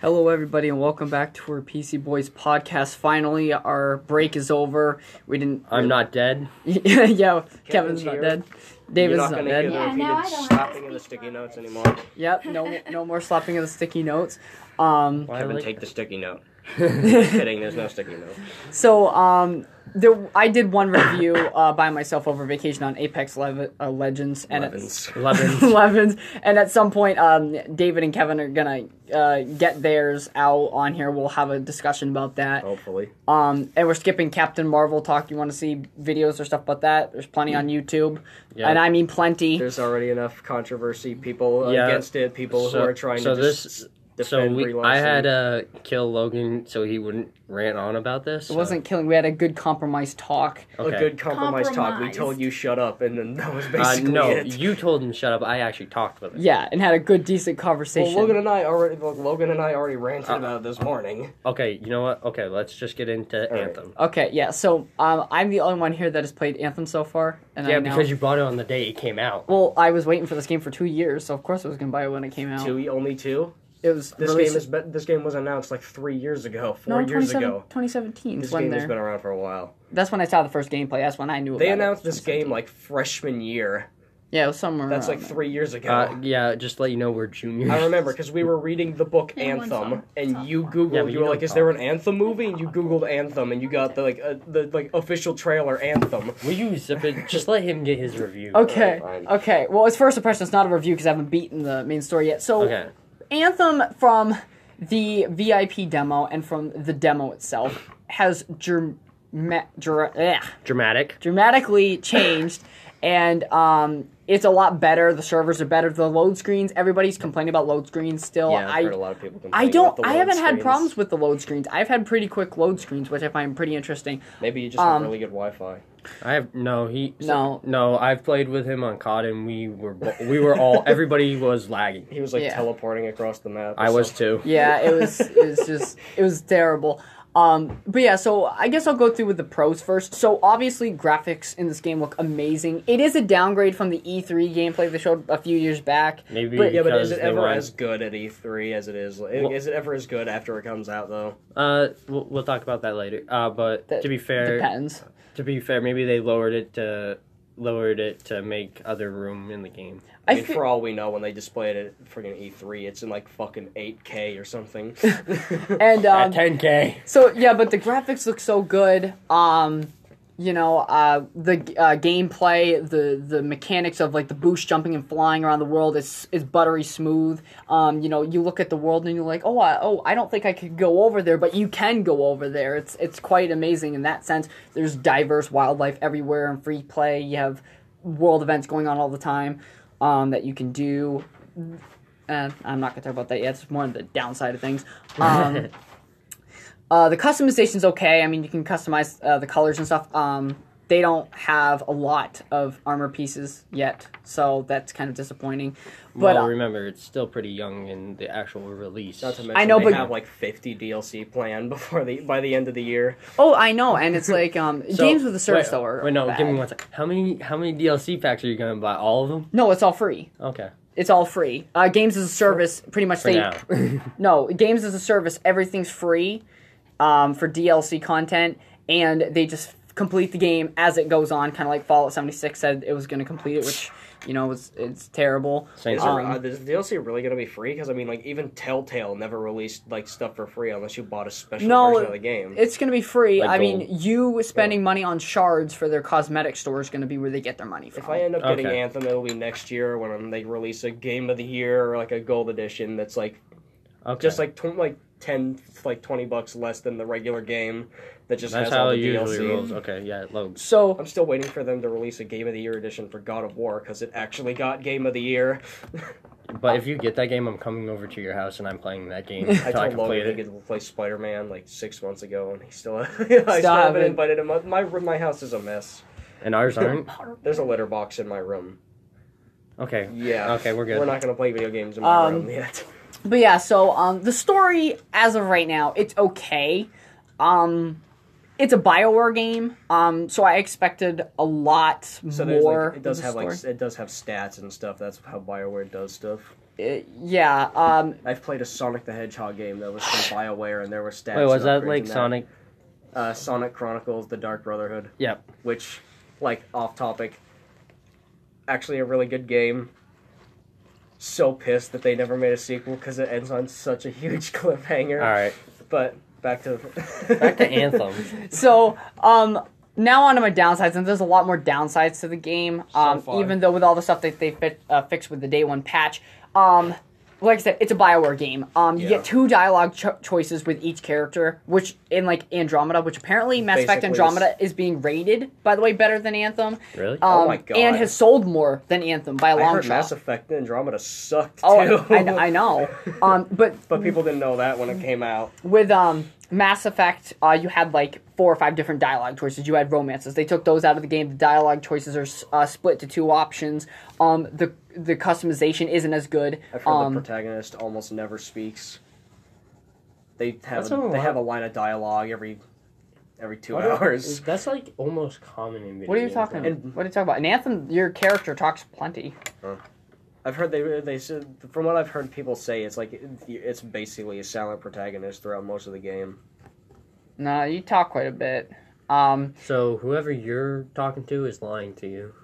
Hello, everybody, and welcome back to our PC Boys podcast. Finally, our break is over. We didn't. I'm not dead. yeah, yeah, Kevin's, not here. dead. David's not, You're not, gonna dead. hear the Yeah, now I repeated don't have slapping to of the speak sticky loud. notes anymore. Yep. No, no more slapping of the sticky notes. Um. Why Kevin, like take the sticky note. that? Kidding, there's no sticky note. So, um, there, I did one review uh, by myself over vacation on Apex Leve- uh, Legends, and it's Levins. Eleven. Levins, and at some point, um, David and Kevin are gonna uh, get theirs out on here. We'll have a discussion about that. Hopefully. Um, and we're skipping Captain Marvel talk. You want to see videos or stuff about that? There's plenty on YouTube, Yeah. and I mean plenty. There's already enough controversy. People Yeah. against it. People So- who are trying so to this- just So defend we, relaunching. I had uh, kill Logan so he wouldn't rant on about this. it so- wasn't killing. We had a good compromise talk. okay. a good compromise, talk. We Compromised. told you shut up, and then that was Uh, basically no, it. you told him shut up. I actually talked with him. Yeah, and had a good, decent Well, conversation. Logan and I already well, Logan and I already ranted about it this morning. Okay, you know what? Okay, let's just get into right. Anthem. okay, yeah. So um, I'm the only one here that has played Anthem so far, and I Yeah, know- because you bought it on the day it came out. Well, I was waiting for this game for two years, so of course I was gonna buy it when it came out. Two only two. It was This released- game is be- this game was announced like three years ago, no, four years 27 ago. 2017 is This when game has they're. been around for a while. That's when I saw the first gameplay. That's when I knew. They about it. announced this game like freshman year. Yeah, it was somewhere. That's around like there. three years ago. Uh, yeah, just to let you know we're juniors. I remember because we were reading the book Yeah, one Anthem, song. and Song. you Yeah, googled. but you you were don't like, "Is there an Anthem movie?" And you googled Anthem, and you got the like uh, the like official trailer Anthem. Will you zip it? Just let him get his review. Okay. Alright, fine. Okay. Well, it's first impression. It's not a review because I haven't beaten the main story yet. So, Okay. Anthem from the VIP demo and from the demo itself has germ- dra- ugh, Dramatic. dramatically changed, and um, it's a lot better. The servers are better. The load screens. Everybody's complaining about load screens still. Yeah, I've I heard a lot of people. I complaining about don't. the I load haven't had screens. problems with the load screens. I've had pretty quick load screens, which I find pretty interesting. Maybe you just have Um, really good Wi-Fi. I have no. He No. no. I've played with him on COD, and we were bo- we were all everybody was lagging. He was like yeah. teleporting across the map. or I was too. something. Yeah, it was it was just it was terrible. Um, but yeah, so I guess I'll go through with the pros first. So obviously, graphics in this game look amazing. It is a downgrade from the E3 gameplay they showed a few years back. Maybe But- Yeah, but because is it they ever were- as good at E3 as it is? Well- is it ever as good after it comes out though? Uh, we'll, we'll talk about that later. Uh, but That to be fair, Depends. to be fair, maybe they lowered it to lowered it to make other room in the game. I, I mean, fe- for all we know, when they displayed it at friggin' E3, it's in like fucking 8K or something. and um, At 10k. So yeah, but the graphics look so good. Um, you know, uh, the uh, gameplay, the the mechanics of like the boost jumping and flying around the world is is buttery smooth. Um, you know, you look at the world and you're like, oh, I, oh, I don't think I could go over there, but you can go over there. It's it's quite amazing in that sense. There's diverse wildlife everywhere and free play. You have world events going on all the time um, that you can do. Uh, I'm not gonna talk about that yet. It's more of the downside of things. Um, Uh, the customization's okay. I mean, you can customize uh, the colors and stuff. Um, they don't have a lot of armor pieces yet, so that's kind of disappointing. But well, uh, remember, it's still pretty young in the actual release. Not to mention, know, they but- have like 50 DLC planned before the by the end of the year. oh, I know, and it's like um, So- games with a service wait, though are Wait, no, give me bad. one sec. How many how many DLC packs are you gonna buy? All of them? No, it's all free. Okay. It's all free. Uh, games as a service, pretty much. For they now. no games as a service. Everything's free um, for DLC content, and they just complete the game as it goes on. Kind of like Fallout 76 said it was going to complete it, which you know was it's terrible. Saints Is, Row. it, uh, is the DLC really gonna be free? Because I mean, like even Telltale never released like stuff for free unless you bought a special No, version of the game. It's going to be free. Like I gold. mean, you spending money on shards for their cosmetic store is going to be where they get their money from. if I end up getting Okay. Anthem, it'll be next year when they release a Game of the Year or like a Gold Edition that's like okay. just like tw- like 10 like 20 bucks less than the regular game that just that's has all how the it usually DLC. rolls. Okay, yeah, loads. so I'm still waiting for them to release a Game of the Year edition for God of War because it actually got Game of the Year. But if you get that game, I'm coming over to your house and I'm playing that game I until I, told can play Logan he it. could play Spider Man like six months ago, and he still I still haven't it. invited him. up. My room, my house is a mess. And ours aren't. There's a litter box in my room. Okay. Yeah. Okay, we're good. We're not gonna play video games in my Um, room yet. but yeah, so um, the story as of right now, it's okay. Um, it's a Bioware game, um, so I expected a lot So there's more. like, it does of the have like story. s- it does have stats and stuff. That's how Bioware does stuff. it- yeah, um, I've played a Sonic the Hedgehog game that was from Bioware, and there were stats. Wait, was and that upgrades like in Sonic? Uh, Sonic Chronicles: The Dark Brotherhood, Yep. which, like, off topic, actually a really good game. So pissed that they never made a sequel because it ends on such a huge cliffhanger. All right. But back to Back to Anthem. so um now on to my downsides and there's a lot more downsides to the game um far. even though with all the stuff that they fit, uh, fixed with the day one patch um like I said, it's a Bioware game. Um, you Yeah. get two dialogue cho- choices with each character, which in like Andromeda, which apparently Mass Effect Basically, Andromeda is being rated, by the way, better than Anthem. Really? Um, Oh my God. And has sold more than Anthem by a I long heard shot. Mass Effect Andromeda sucked oh, too. I, I, I know. Um, but but people didn't know that when it came out. with um Mass Effect, uh, you had like four or five different dialogue choices. You had romances. They took those out of the game. The dialogue choices are uh, split to two options. Um, the the customization isn't as good. I've heard the Um, protagonist almost never speaks. They have That's not a they lot. have a line of dialogue every every two What are- hours. That's like almost common in video what are you games, talking? though. what are you talking about? In Anthem, your character talks plenty. I've heard they they said from what I've heard people say it's like it's basically a silent protagonist throughout most of the game. No, you talk quite a bit. Um, So whoever you're talking to is lying to you.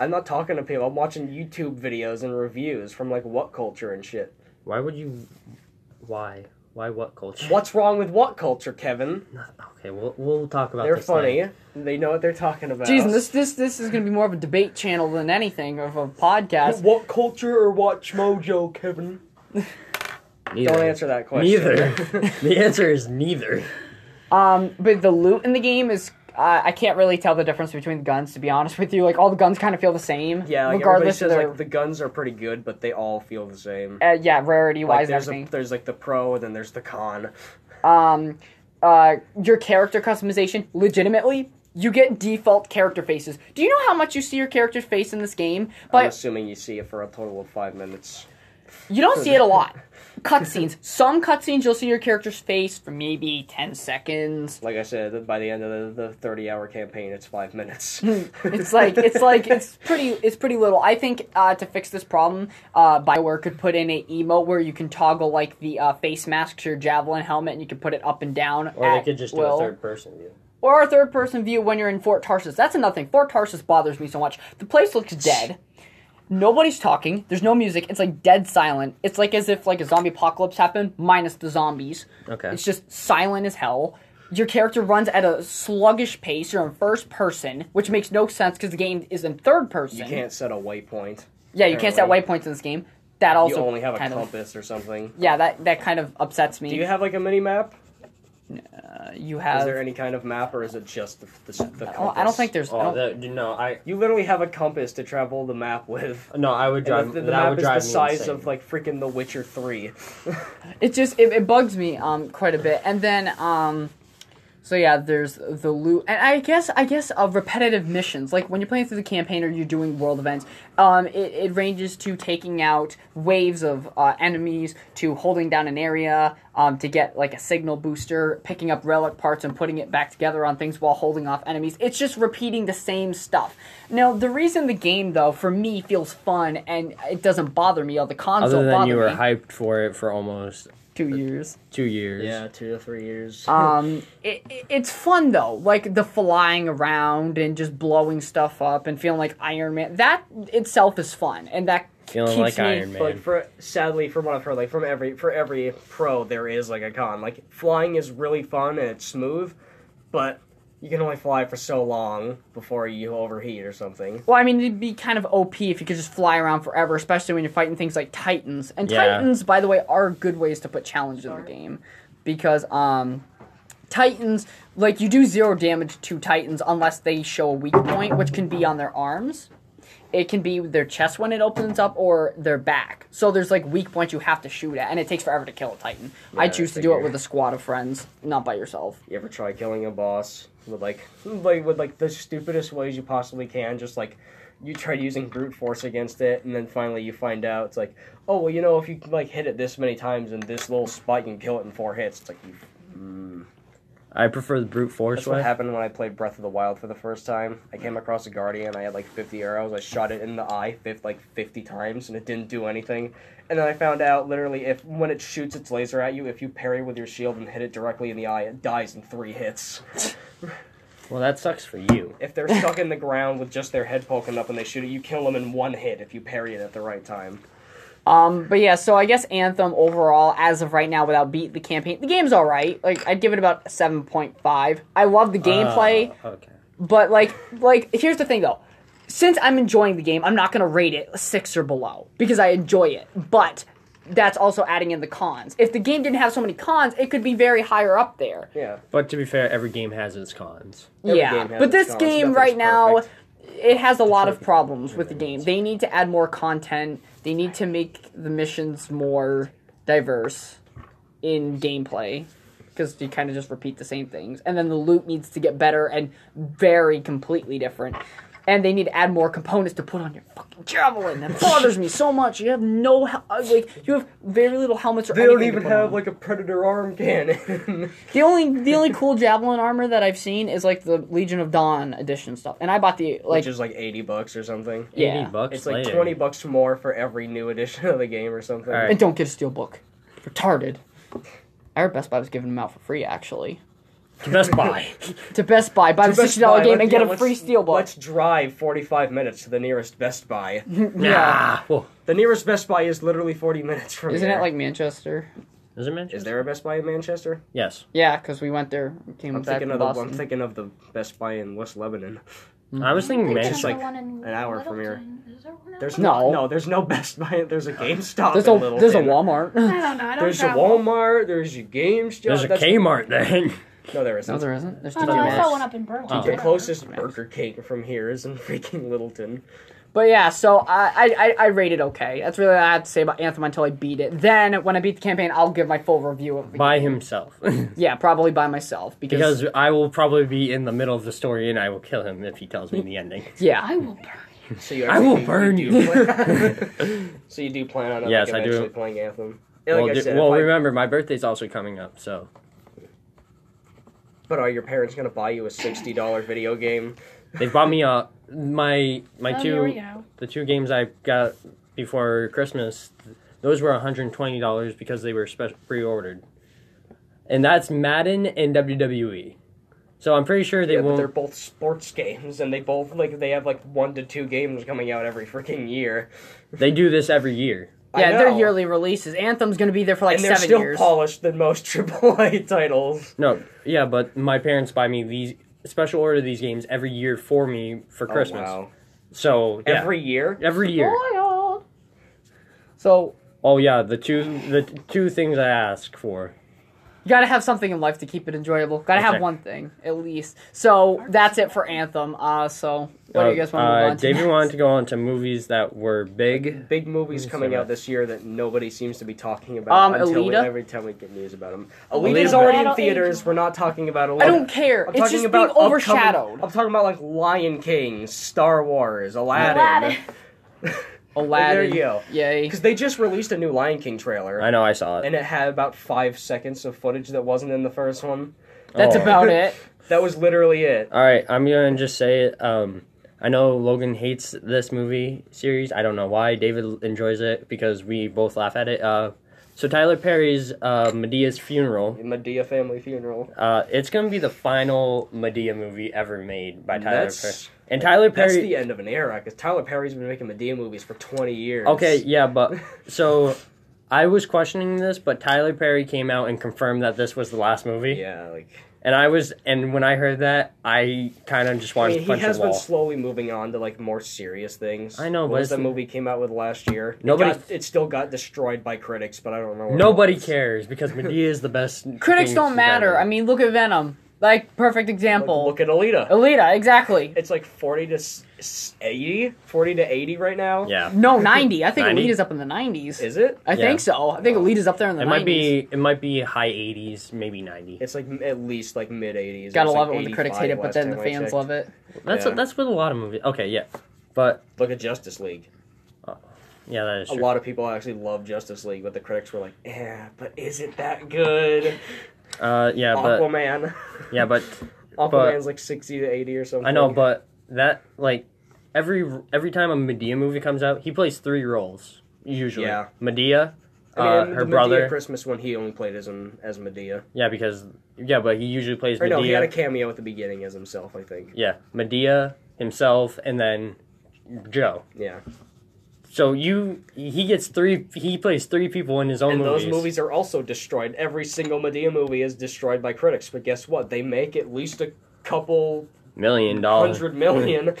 I'm not talking to people. I'm watching YouTube videos and reviews from like what culture and shit. Why would you? Why? Why? What culture? What's wrong with what culture, Kevin? Not- okay, we'll we'll talk about. They're this funny. later. They know what they're talking about. Jeez, and this this this is gonna be more of a debate channel than anything of a podcast. What culture or watch mojo, Kevin? Neither. Don't answer that question. Neither. the answer is neither. Um, but the loot in the game is. Uh, I can't really tell the difference between guns, to be honest with you. Like all the guns kind of feel the same, Yeah, like regardless of their everybody says like the guns are pretty good, but they all feel the same. uh, yeah, rarity Like wise, there's a, everything. there's like the pro and then there's the con. um, uh, your character customization, legitimately, you get default character faces. Do you know how much you see your character's face in this game? I'm But assuming you see it for a total of five minutes. you don't see it a lot. Cutscenes. Some cutscenes you'll see your character's face for maybe ten seconds. Like I said, by the end of the, the 30 hour campaign, it's five minutes. It's like it's like it's pretty it's pretty little. I think uh, to fix this problem, uh, Bioware could put in a emote where you can toggle like the uh, face mask to your javelin helmet, and you can put it up and down. Or at they could just do will. a third person view. or a third person view when you're in Fort Tarsus. That's another thing. Fort Tarsus bothers me so much. The place looks dead. Nobody's talking. There's no music. It's like dead silent. It's like as if like a zombie apocalypse happened minus the zombies. Okay. It's just silent as hell. Your character runs at a sluggish pace. You're in first person, which makes no sense because the game is in third person. you can't set a waypoint. yeah, you can't set apparently. waypoints in this game. That also You only have a kind of, compass or something. yeah, that that kind of upsets me. Do you have like a mini map? Uh, you Is have. there any kind of map, or is it just the, the, the I compass? don't- I don't think there's. I don't- Oh, that, no, I You literally have a compass to travel the map with. no, I would drive. And the, the that map would is drive the me size insane. of like freaking The Witcher 3. it just it, it bugs me um quite a bit and then um so yeah there's the loot and i guess i guess uh, repetitive missions like when you're playing through the campaign or you're doing world events um it, it ranges to taking out waves of uh, enemies to holding down an area um to get like a signal booster picking up relic parts and putting it back together on things while holding off enemies it's just repeating the same stuff now the reason the game though for me feels fun and it doesn't bother me all the console Other than bother you were me hyped for it for almost two years two years. two to three years. Um, it, it- it's fun though, like the flying around and just blowing stuff up and feeling like Iron Man. That itself is fun, and that Feeling keeps like me, Iron Man. But like for sadly, from what I've heard, like from every for every pro, there is like a con. Like flying is really fun and it's smooth, but you can only fly for so long before you overheat or something. Well, I mean, it'd be kind of OP if you could just fly around forever, especially when you're fighting things like Titans. And Yeah. Titans, by the way, are good ways to put challenge in the game because um, Titans, like you do zero damage to Titans unless they show a weak point, which can be on their arms. It can be their chest when it opens up or their back. So there's like weak points you have to shoot at, and it takes forever to kill a Titan. I Yeah, choose I to do it figure. with a squad of friends, not by yourself. You ever try killing a boss with like like with like the stupidest ways you possibly can? Just like you try using brute force against it, and then finally you find out it's like, oh well, you know, if you like hit it this many times in this little spot, you can kill it in four hits. It's like you. Mm. I prefer the brute force That's what way. happened when I played Breath of the Wild for the first time. I came across a guardian. I had like 50 arrows. I shot it in the eye fif- like 50 times, and it didn't do anything. And then I found out literally if when it shoots its laser at you, if you parry with your shield and hit it directly in the eye, it dies in three hits. Well, that sucks for you. If they're stuck in the ground with just their head poking up and they shoot it, you kill them in one hit if you parry it at the right time. Um, but yeah, so I guess Anthem overall, as of right now, without beat the campaign, the game's all right. Like I'd give it about seven point five. I love the gameplay, Uh, okay. but like, like here's the thing though. Since I'm enjoying the game, I'm not gonna rate it a six or below because I enjoy it. But that's also adding in the cons. If the game didn't have so many cons, it could be very higher up there. Yeah. But to be fair, every game has its cons. Every yeah, game has but its this cons. game Nothing's right now, perfect. it has a lot of problems with the game. They need to add more content. They need to make the missions more diverse in gameplay because you kind of just repeat the same things. And then the loot needs to get better and very completely different. And they need to add more components to put on your fucking javelin. That bothers me so much. You have no hel- uh, like you have very little helmets or They don't anything to even put on. have like a predator arm cannon. The only the only cool javelin armor that I've seen is like the Legion of Dawn edition stuff, and I bought the like Which is like 80 bucks or something. yeah. 80 bucks It's like later. 20 bucks more for every new edition of the game or something. All right. And don't get a steel book, retarded. Our Best Buy was giving them out for free actually. Best Buy. To Best Buy, buy the Best sixty dollar Buy, game let's- and get yeah, a let's- free steel book. Let's drive 45 minutes to the nearest Best Buy. Nah. Whoa. the nearest Best Buy is literally 40 minutes from Isn't here. it like Manchester? Is it Manchester? Is there a Best Buy in Manchester? Yes. Yeah, because we went there. we Came I'm back thinking to of the I'm Boston. thinking of the Best Buy in West Lebanon. Mm-hmm. I was thinking Which is Manchester. like an hour from here. There's No. no, there's no Best Buy. There's a GameStop. There's in a there's a Littleton. Walmart. I don't know. I don't There's a travel. Walmart. There's a GameStop. There's a that's- Kmart then. No, there isn't. no, there isn't. There's Oh, TJ no, I Maxx. saw one up in Berlin. Oh. the closest Burger King from here is in freaking Littleton. But yeah, so I, I- I I rated okay. That's really all I have to say about Anthem until I beat it. Then when I beat the campaign, I'll give my full review of the By himself. Yeah, probably by myself because, because I will probably be in the middle of the story and I will kill him if he tells me the ending. yeah, I will burn. you. So you I will actually- burn do you. plan- so you do plan on Yes, like, I do. eventually playing Anthem. And well, Like I d- said, well if I- remember, my birthday's also coming up, so. but are your parents gonna buy you a sixty dollar video game? They bought me a. My my Oh, two here we go. the two games I got before Christmas, those were $120 because they were spe- pre-ordered. And that's Madden and WWE. So I'm pretty sure they yeah, but they're won't both sports games, and they both like they have like one to two games coming out every freaking year. they do this every year. I yeah, they're know. yearly releases. Anthem's gonna be there for like and they're seven still years. polished than most AAA titles. No, yeah, but my parents buy me these special order these games every year for me for Oh, Oh, Christmas. So, yeah. Every year, every year. Wild. So Oh yeah, the two the t- two things I ask for. you gotta have something in life to keep it enjoyable. Gotta have Okay. one thing at least. So that's it for Anthem. Uh, so what do you guys want to Uh, move on to? David next? wanted to go on to movies that were big. big movies me coming see out that. this year that nobody seems to be talking Um, about until we, Alita? every time we get news about them. Alita. Alita's already in Battle theaters. Angel. We're not talking about Alita. I don't care. I'm it's talking just being about upcoming- Oh, overshadowed. I'm talking about like Lion King, Star Wars, Aladdin. Aladdin. Aladdin. There you go. Yay. Because they just released a new Lion King trailer, I know I saw it. and it had about five seconds of footage that wasn't in the first one. That's Oh. about it. That was literally it. All right, I'm gonna just say it. Um, I know Logan hates this movie series. I don't know why. David enjoys it because we both laugh at it. Uh, so Tyler Perry's uh, Medea's funeral. Medea family funeral. Uh, it's gonna be the final Medea movie ever made by Tyler Perry. That's And Tyler that's Perry. the end of an era. Because Tyler Perry's been making Medea movies for 20 years. Okay, yeah, but so I was questioning this, but Tyler Perry came out and confirmed that this was the last movie. Yeah, like And I was, and when I heard that, I kind of just I wanted mean, to he punch has the wall. been slowly moving on to like more serious things. I know, What but was that it's- movie came out with last year? It Nobody- got- It, still got destroyed by critics, but I don't know. where it Nobody was. cares because Medea is the best. Critics thing don't she's matter. ever- I mean, look at Venom. Like perfect Like, example. look at Alita. Alita, exactly. It's like 40 to s- s- 80, 40 to 80 right now. yeah, No, ninety. I think 90? Alita's up in the nineties. Is it? I Yeah. think so. I think Elite is up there in the it 90s. might be, it might be high 80s, maybe 90. It's like m- at least like mid 80s. Gotta was, love like, it when the critics hate it, 85 but last then the time I fans checked. love it. That's yeah. that's with a lot of movies. Okay, yeah, but Look at Justice League. yeah, that is A true. lot of people actually love Justice League, but the critics were like, "Yeah, but is it that good?" Uh, yeah, but Aquaman. yeah, but Aquaman's like sixty to eighty or something. I know, but that like every every time a Medea movie comes out, he plays three roles usually. Yeah. Medea, uh, I mean, her the Medea brother. Christmas one, he only played as him as Medea. yeah, because yeah, but he usually plays Or Medea. no, he had a cameo at the beginning as himself, I think. yeah, Medea himself, and then Joe. Yeah, So you he gets three. He plays three people in his own and movies. those movies are also destroyed. Every single Medea movie is destroyed by critics, but guess what? They make at least a couple million dollars. hundred million.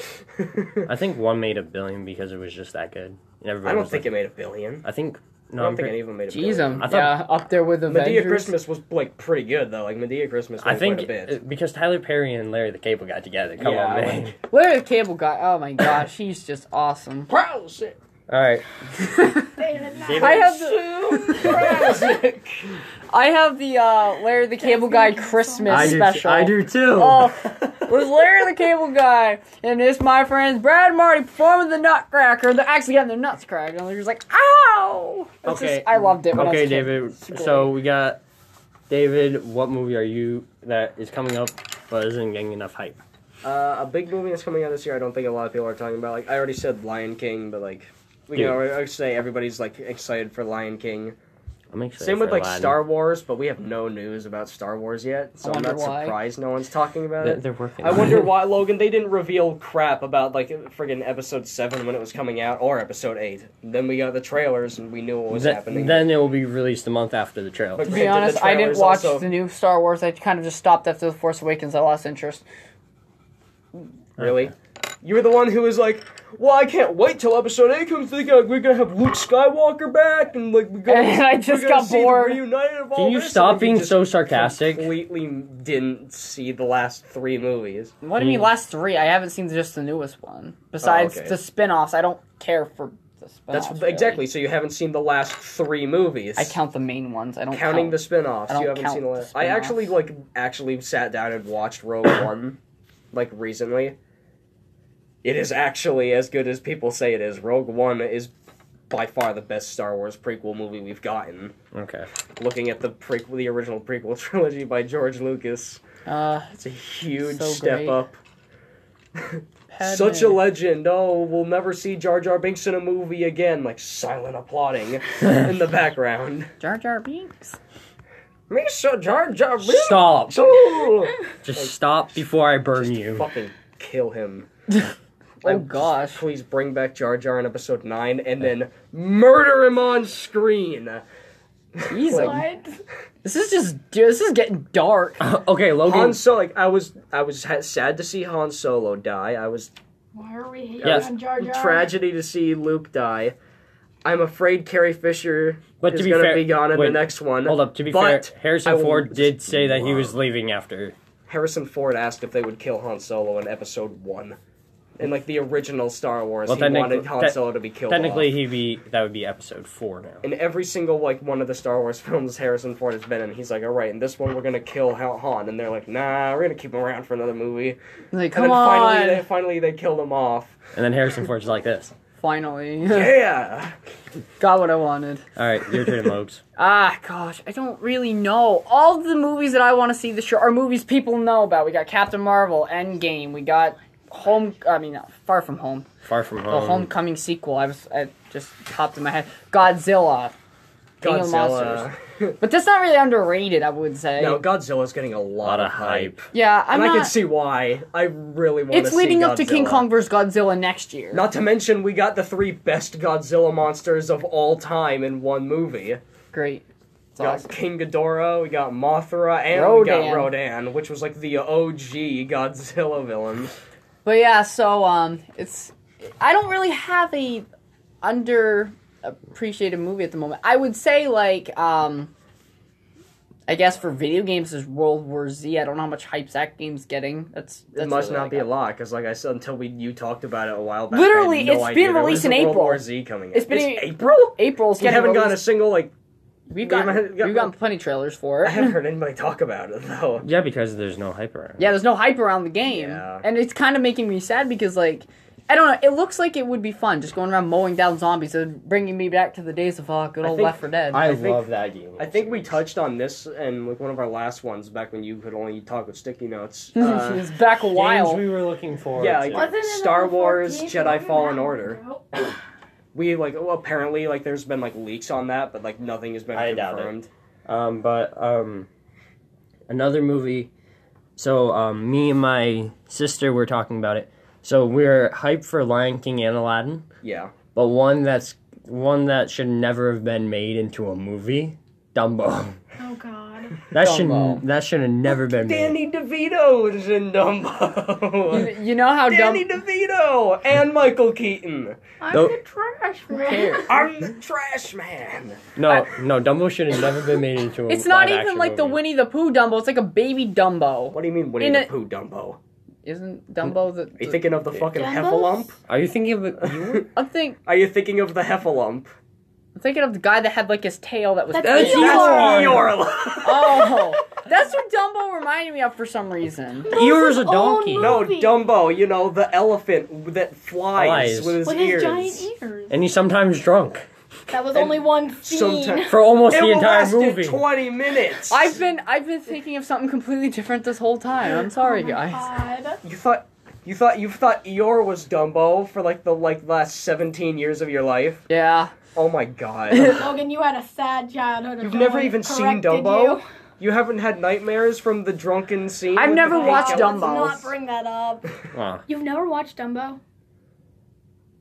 I think one made a billion because it was just that good. And everybody I don't was think like, it made a billion. I think no. I I'm don't think pretty- any of them made a Jeez, billion. um, I thought- yeah, up there with Medea Avengers. Christmas was like pretty good though. Like Medea Christmas, I was think quite a bit. it- because Tyler Perry and Larry the Cable got together. Come Yeah, on, man. like- Larry the Cable Guy. Oh my gosh, he's just awesome. Prowsick, All right. I have the Prowsick. I have the uh, Larry the Cable Guy Christmas I do. special. I do too. Oh, it was Larry the Cable Guy, and it's my friends Brad and Marty performing the Nutcracker. They're actually having their nuts cracked, and they're just like, "Ow!" It's Okay. just- I loved it. When I was okay, a kid. David. It's great. So we got David. What movie are you that is coming up but isn't getting enough hype? Uh, a big movie that's coming out this year. I don't think a lot of people are talking about. Like I already said, Lion King, but like we Dude. know I would say everybody's like excited for Lion King. I'm excited. Same with for like Aladdin. Star Wars, but we have no news about Star Wars yet, so I'm wonder not why. surprised no one's talking about They're, it. they're working. I on wonder it. why Logan. They didn't reveal crap about like friggin' episode seven when it was coming out or episode eight. Then we got the trailers and we knew what was Th- happening. Then it will be released a month after the trailer. But- To be The honest, I didn't trailers watch also- the new Star Wars. I kind of just stopped after The Force Awakens. I lost interest. Really? You were the one who was like, "Well, I can't wait till episode eight comes. They got, we're gonna have Luke Skywalker back, and like we got, And I just we're gonna got see the bored. reunited of all Can you this," stop and you being just so sarcastic? Completely didn't see the last three movies. What do you mean last three? I haven't seen just the newest one. Besides Hmm. okay. the spin-offs, I don't care for the spin-offs. That's Oh, really. exactly. So you haven't seen the last three movies. I count the main ones. I don't counting count. the spin-offs. I don't you haven't count seen the the last. I actually like actually sat down and watched Rogue One, like recently. It is actually as good as people say it is. Rogue One is by far the best Star Wars prequel movie we've gotten. okay. Looking at the prequel, the original prequel trilogy by George Lucas, Uh, it's a huge So step great. up. Padme. Such a legend. Oh, we'll never see Jar Jar Binks in a movie again. Like silent applauding in the background. Jar Jar Binks. Mr. Jar Jar Binks. Stop. Oh. Just stop before I burn you. fucking kill him. Oh Like, gosh. Please bring back Jar Jar in episode 9 and then murder him on screen. Jesus. This is just dude, this is getting dark. okay, Logan. Han Solo, like, I was I was ha- sad to see Han Solo die. I was Why are we hating Yes. on Jar Jar? tragedy to see Luke die. I'm afraid Carrie Fisher But to is be going to fair- be gone in wait, the next one. Hold up. To be but fair, I Harrison will- Ford did say that he was leaving after. Harrison Ford asked if they would kill Han Solo in episode 1. In like the original Star Wars, Well, he technic- wanted Han te- Solo to be killed. Technically, off. he'd be that would be episode four now. in every single like one of the Star Wars films Harrison Ford has been in, he's like, all right, in this one we're gonna kill Han, Han," and they're like, nah, we're gonna keep him around for another movie. Like, and come then on. finally, they, finally they killed him off. And then Harrison Ford's like this. Finally. Yeah, Got what I wanted. All right, your turn, Logs. Ah, gosh, I don't really know. All the movies that I want to see this year are movies people know about. We got Captain Marvel, Endgame, we got Home. I mean, not Far From Home, Far from the home. Homecoming sequel. I was, I just popped in my head. Godzilla. King of Godzilla. But that's not really underrated, I would say. No, Godzilla's getting a lot, Lot of of hype, yeah, I'm and not. I can see why. I really want. it's leading up to King Kong vs. Godzilla next year. Not to mention, we got the three best Godzilla monsters of all time in one movie. Great. It's We got awesome. King Ghidorah, we got Mothra, and we got Rodan, which was like the OG Godzilla villain. But yeah, so um, it's I don't really have a underappreciated movie at the moment. I would say like um, I guess for video games is World War Z. I don't know how much hype that game's getting. That's, that's it must really not like be a- a lot because, like I said, until we you talked about it a while back. Literally, I had no it's idea been there released was in a World April. War Z coming. out. It's been It's in- April. April's You getting haven't gotten a released. single like. We've got haven't got- we've gotten plenty of trailers for I it. haven't heard anybody talk about it though. Yeah, because there's no hype around. Yeah, there's no hype around the game, Yeah. and it's kind of making me sad because like I don't know. It looks like it would be fun just going around mowing down zombies and bringing me back to the days of uh, good I old think- Left 4 Dead. I, I think- love that game. I think we touched on this in like one of our last ones back when you could only talk with sticky notes. It Uh, was back a games while. we were looking for. Yeah, like- to. What? Wasn't it Star on the Wars 14th? Jedi Wasn't Fallen that- Oh, Order. Nope. we like well, apparently like there's been like leaks on that, but like nothing has been I doubt it. confirmed. Um, but um, another movie. So um, me and my sister were talking about it. So we're hyped for Lion King and Aladdin, Yeah, but one that's one that should never have been made into a movie. Dumbo. Oh God. That Dumbo. should that should have never been made. Danny DeVito is in Dumbo. You, you know how Danny Oh, dumb. DeVito and Michael Keaton. I'm Nope. the trash Here. man. I'm the trash man. No, no, Dumbo should have never been made into a. It's not live-action even like the movie. Winnie the Pooh Dumbo. It's like a baby Dumbo. What do you mean Winnie In the a- Pooh Dumbo? Isn't Dumbo the? Are Mm. you thinking of the fucking Dumbo? heffalump? Are you thinking of it? You were- I'm think Are you thinking of the heffalump? I'm thinking of the guy that had like his tail that was. That's big. That's Eeyore. Eeyore. Oh, that's what Dumbo reminded me of for some reason. Eeyore's Those a donkey. old No, movies Dumbo, you know, the elephant that flies, Flies. with his With his ears. giant ears. and he's sometimes drunk That was only one scene. sometime- for almost it the entire lasted movie. 20 minutes. I've been I've been thinking of something completely different this whole time. I'm sorry, Oh my guys. God. You thought you thought you thought Eeyore was Dumbo for like the like last 17 years of your life? Yeah, Oh my god. Logan, you had a sad childhood. You've until never I even seen corrected Dumbo? you. You haven't had nightmares from the drunken scene? I've with never the fake watched Oh, elephant? Dumbo. Let's not bring that up. Wow. You've never watched Dumbo?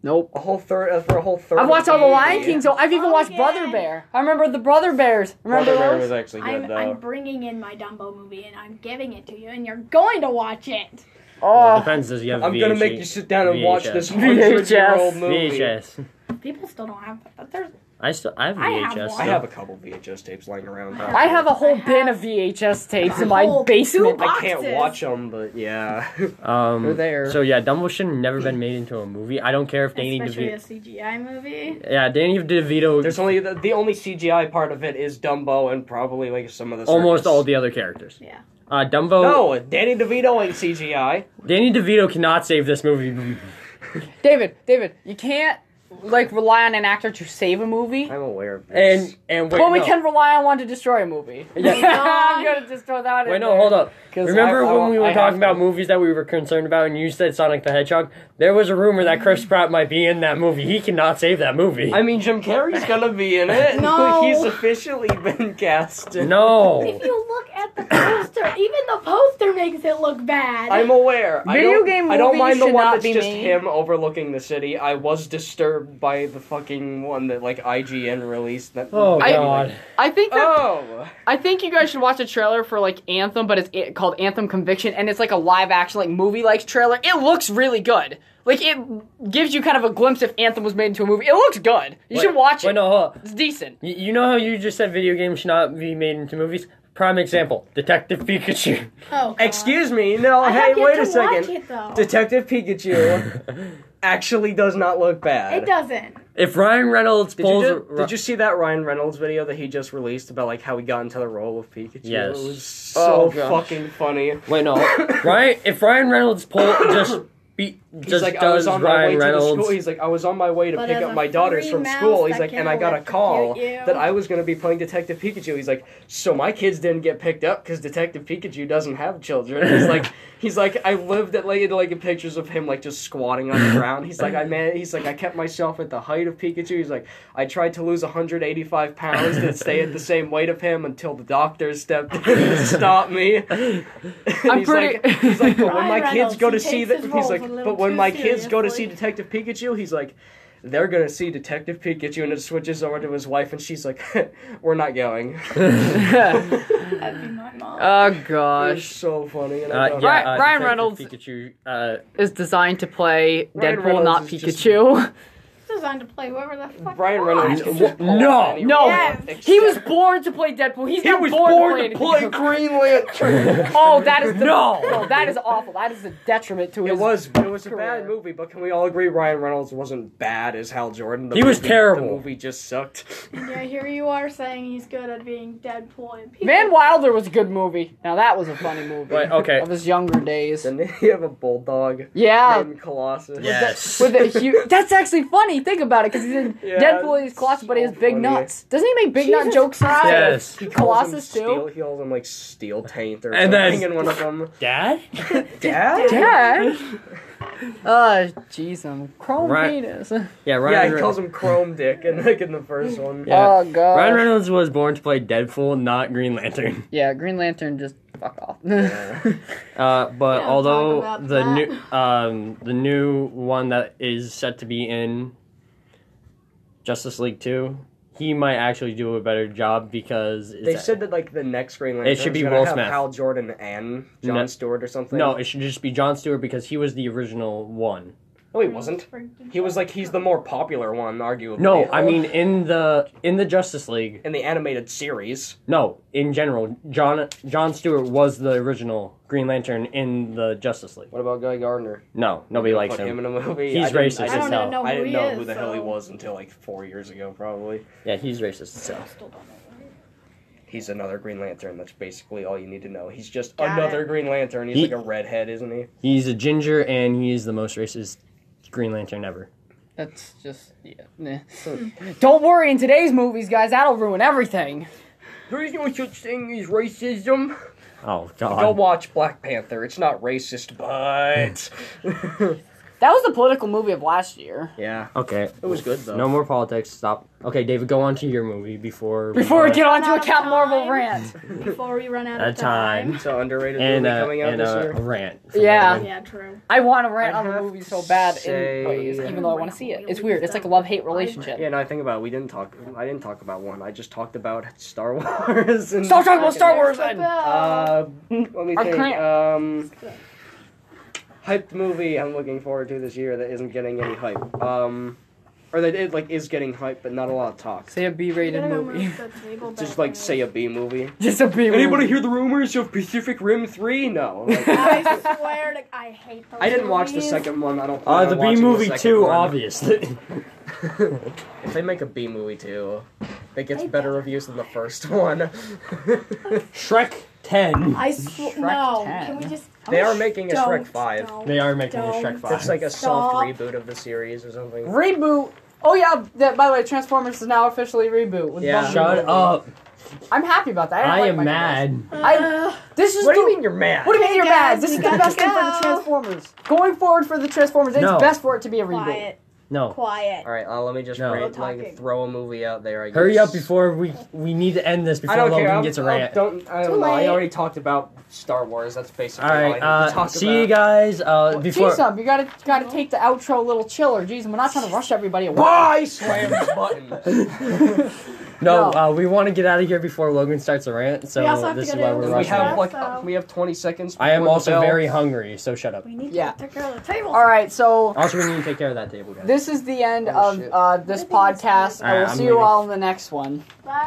nope. A whole third uh, for a whole third. I've watched all the of Lion King, so I've even Oh, watched yeah. Brother Bear. I remember the Brother Bears. Remember Brother Bear those? was actually good I'm, though. I'm bringing in my Dumbo movie and I'm giving it to you, and you're going to watch it. Oh, Depends. Does he have I'm gonna VHS? make you sit down and watch this VHS. 100 year old VHS. movie. VHS. People still don't have that, but there's I still I have VHS. I have one. I still. have a couple VHS tapes lying around. I have a whole bin of VHS tapes in my Whole basement. two I can't boxes. watch them, but yeah. Um, They're there. So yeah, Dumbo should have never been made into a movie. I don't care if Danny especially DeVito. a CGI movie. Yeah, Danny DeVito. There's only the, the only CGI part of it is Dumbo and probably like some of the almost circus. all the other characters. Yeah. Uh, Dumbo. No, Danny DeVito ain't CGI. Danny DeVito cannot save this movie. David, David, you can't like rely on an actor to save a movie, I'm aware of this. And and wait, but we no. can rely on one to destroy a movie. Yeah. I'm gonna just throw that. Wait, in no, there. hold up. 'Cause Remember I- I when want- we were I have talking about to. movies that we were concerned about, and you said Sonic the Hedgehog? There was a rumor that Chris Pratt might be in that movie. He cannot save that movie. I mean, Jim Carrey's gonna be in it. No. he's officially been cast. in- no. If you look at the poster, even the poster makes it look bad. I'm aware. I Video don't- game I don't movies mind the should one not that's be just made. him overlooking the city. I was disturbed by the fucking one that like IGN released. That Oh I- God. I think that Oh, I think you guys should watch a trailer for like Anthem, but it's a- called Anthem Conviction, and it's like a live action, like movie like trailer. It looks really good. Like it gives you kind of a glimpse if Anthem was made into a movie. It looks good. You should watch it. Wait, no, hold up. It's decent. Y- You know how you just said video games should not be made into movies? Prime example, Detective Pikachu. oh, God. excuse me. No, I hey, have yet wait to a second. Watch it, though. Detective Pikachu actually does not look bad. it doesn't. If Ryan Reynolds Did you, pulls, ju- did you see that Ryan Reynolds video that he just released about like how he got into the role of Pikachu? Yes. It was so Oh, gosh. fucking funny. wait no, Ryan. If Ryan Reynolds pull just beat He's just like, I was does on my Ryan way to the Reynolds. school. He's like, I was on my way to But pick as up a my daughters free from mouse school. He's that like, can and I got a electrocute call you. that I was gonna be playing Detective Pikachu. He's like, so my kids didn't get picked up because Detective Pikachu doesn't have children. He's like, he's like, I lived at like, like pictures of him like just squatting on the ground. He's like, I man, he's like, I kept myself at the height of Pikachu. He's like, I tried to lose 185 pounds to stay at the same weight of him until the doctors stepped in to stop me. And I'm he's pretty- Like, he's like, but when Ryan my kids Reynolds, go he to see takes that, his he's roles like, a little but when too my kids go to see seriously. Detective Pikachu, he's like, they're gonna see Detective Pikachu, and it switches over to his wife, and she's like, we're not going. That'd be my Uh, mom. oh It's gosh, so funny. And I Uh, don't yeah, Ryan- uh, Ryan Detective Reynolds- Pikachu. Uh, is designed to play Ryan Deadpool, Reynolds not is just- Pikachu. on to play whoever the fuck. Ryan he Reynolds wants. can just pull No, out any No, role, Yes. he was born to play Deadpool. He's He not was born, born to to play play. Green Lantern. oh, that is the, No. that is awful. That is a detriment to it his. was it was a bad career. movie, but can we all agree Ryan Reynolds wasn't bad as Hal Jordan? The He was movie- terrible. The movie just sucked. Yeah, here you are saying he's good at being Deadpool and people. Van Wilder was a good movie. Now that was a funny movie. Wait, okay. Of his younger days. Then you have a bulldog Yeah. named Colossus. Yes. With a huge, that's actually funny. Think about it, because he's in Yeah, Deadpool. He's Colossus, but he has so big funny. nuts. Doesn't he make big nut Jesus jokes? Christ. sometimes? Yes. He calls him Colossus steel, too. He calls him like steel taint or And something. then- in one of them, Dad? dad. Yeah. Oh, jeez, I'm chrome Right. penis. Yeah, yeah, Ryan. he Re- calls him Chrome Dick, and like in the first one. Yeah. Oh god. Ryan Reynolds was born to play Deadpool, not Green Lantern. Yeah, Green Lantern just fuck off. Uh, but Yeah, talk although about the that. new um, the new one that is set to be in Justice League Two, he might actually do a better job because it's They said that like the next Green Lantern should was be gonna Will have Smith. Hal Jordan and John No. Stewart or something. no, it should just be John Stewart because he was the original one. no, Oh, he wasn't. He was like he's the more popular one, arguably. No, I mean in the in the Justice League. in the animated series. No, in general, John John Stewart was the original Green Lantern in the Justice League. What about Guy Gardner? No, nobody likes Put him him. in a movie. He's I didn't- racist I I as didn't, don't hell. even know who I didn't he know is, who the hell he so- was until like four years ago, probably. Yeah, he's racist as hell. Still don't know who he is. He's another Green Lantern. That's basically all you need to know. He's just Got another it. Green Lantern. He's He- like a redhead, isn't he? He's a ginger, and he is the most racist Green Lantern ever. That's just yeah. nah. Don't worry, in today's movies, guys, that'll ruin everything. There is no such thing as racism. Oh Go God! watch Black Panther. It's not racist, but That was the political movie of last year. yeah, Okay, it was good though. no more politics. Stop. Okay, David, go on to your movie before Before we get on to Out a of Cap Marvel time. rant. Before we run out At of time. So underrated and movie uh, coming out and this uh, year. a rant. Yeah. Yeah, true. I want to rant I'd on the have movie to so bad, say- in ways, even though I want to see it. It's weird. It's like a love hate relationship. Yeah, no, I think about it. we didn't talk. I didn't talk about one. I just talked about Star Wars. And Stop talking about Star Wars. There's the then. Uh, bell. Uh, let me I think. can't. Um, hyped movie I'm looking forward to this year that isn't getting any hype. Um, or that it like is getting hype, but not a lot of talk. Say a B-rated Gotta go movie. move the table Just back like there. say a B movie. Just a B-rated. Anybody hear the rumors of Pacific Rim Three? No. Like, I swear to I hate those I didn't watch the movies. second one. I don't. Uh, plan the on B watching movie second too, one. obviously. If they make a B movie too, that gets They better reviews than the first one. Shrek ten. I sw- Shrek no. 10. Can we just? They are making a Shrek Don't, 5. don't, They are making a don't. Shrek five. It's like a Stop. soft reboot of the series or something. Reboot. Oh yeah. That, by the way, Transformers is now officially reboot. With Yeah. Bumblebee. Shut up! I'm happy about that. I, I don't am like Michael mad. Bay. I. This is What do the- you mean you're mad? What do you mean Hey, you're guys, bad? This we is the gotta best thing for the go. Transformers. Going forward for the Transformers, it's No. best for it to be a reboot. Quiet. No, Quiet. All right, uh, let me just No. rant, No talking. like throw a movie out there. I guess. hurry up before we we need to end this I before don't care. Logan I'm- gets a I'm- rant. don't. I don't know. I late. already talked about Star Wars. That's basically All right, all I need to uh, talk see about. you guys uh, before. Jeez, um, you gotta gotta take the outro a little chiller. Jeez, we're not trying to rush everybody away. Why slam this button? No, No. Uh, we want to get out of here before Logan starts a rant. So We also have this to is go why to we're the we rushing. have it. like So- we have 20 seconds. I am before the also bell. very hungry, so shut up. We need Yeah. to take care of the table. All right, so Also, we need to take care of that table, guys. this is the end Oh, of shit. uh, this Maybe this podcast. is- I will Alright, I'm see you leaving. all in the next one. Bye.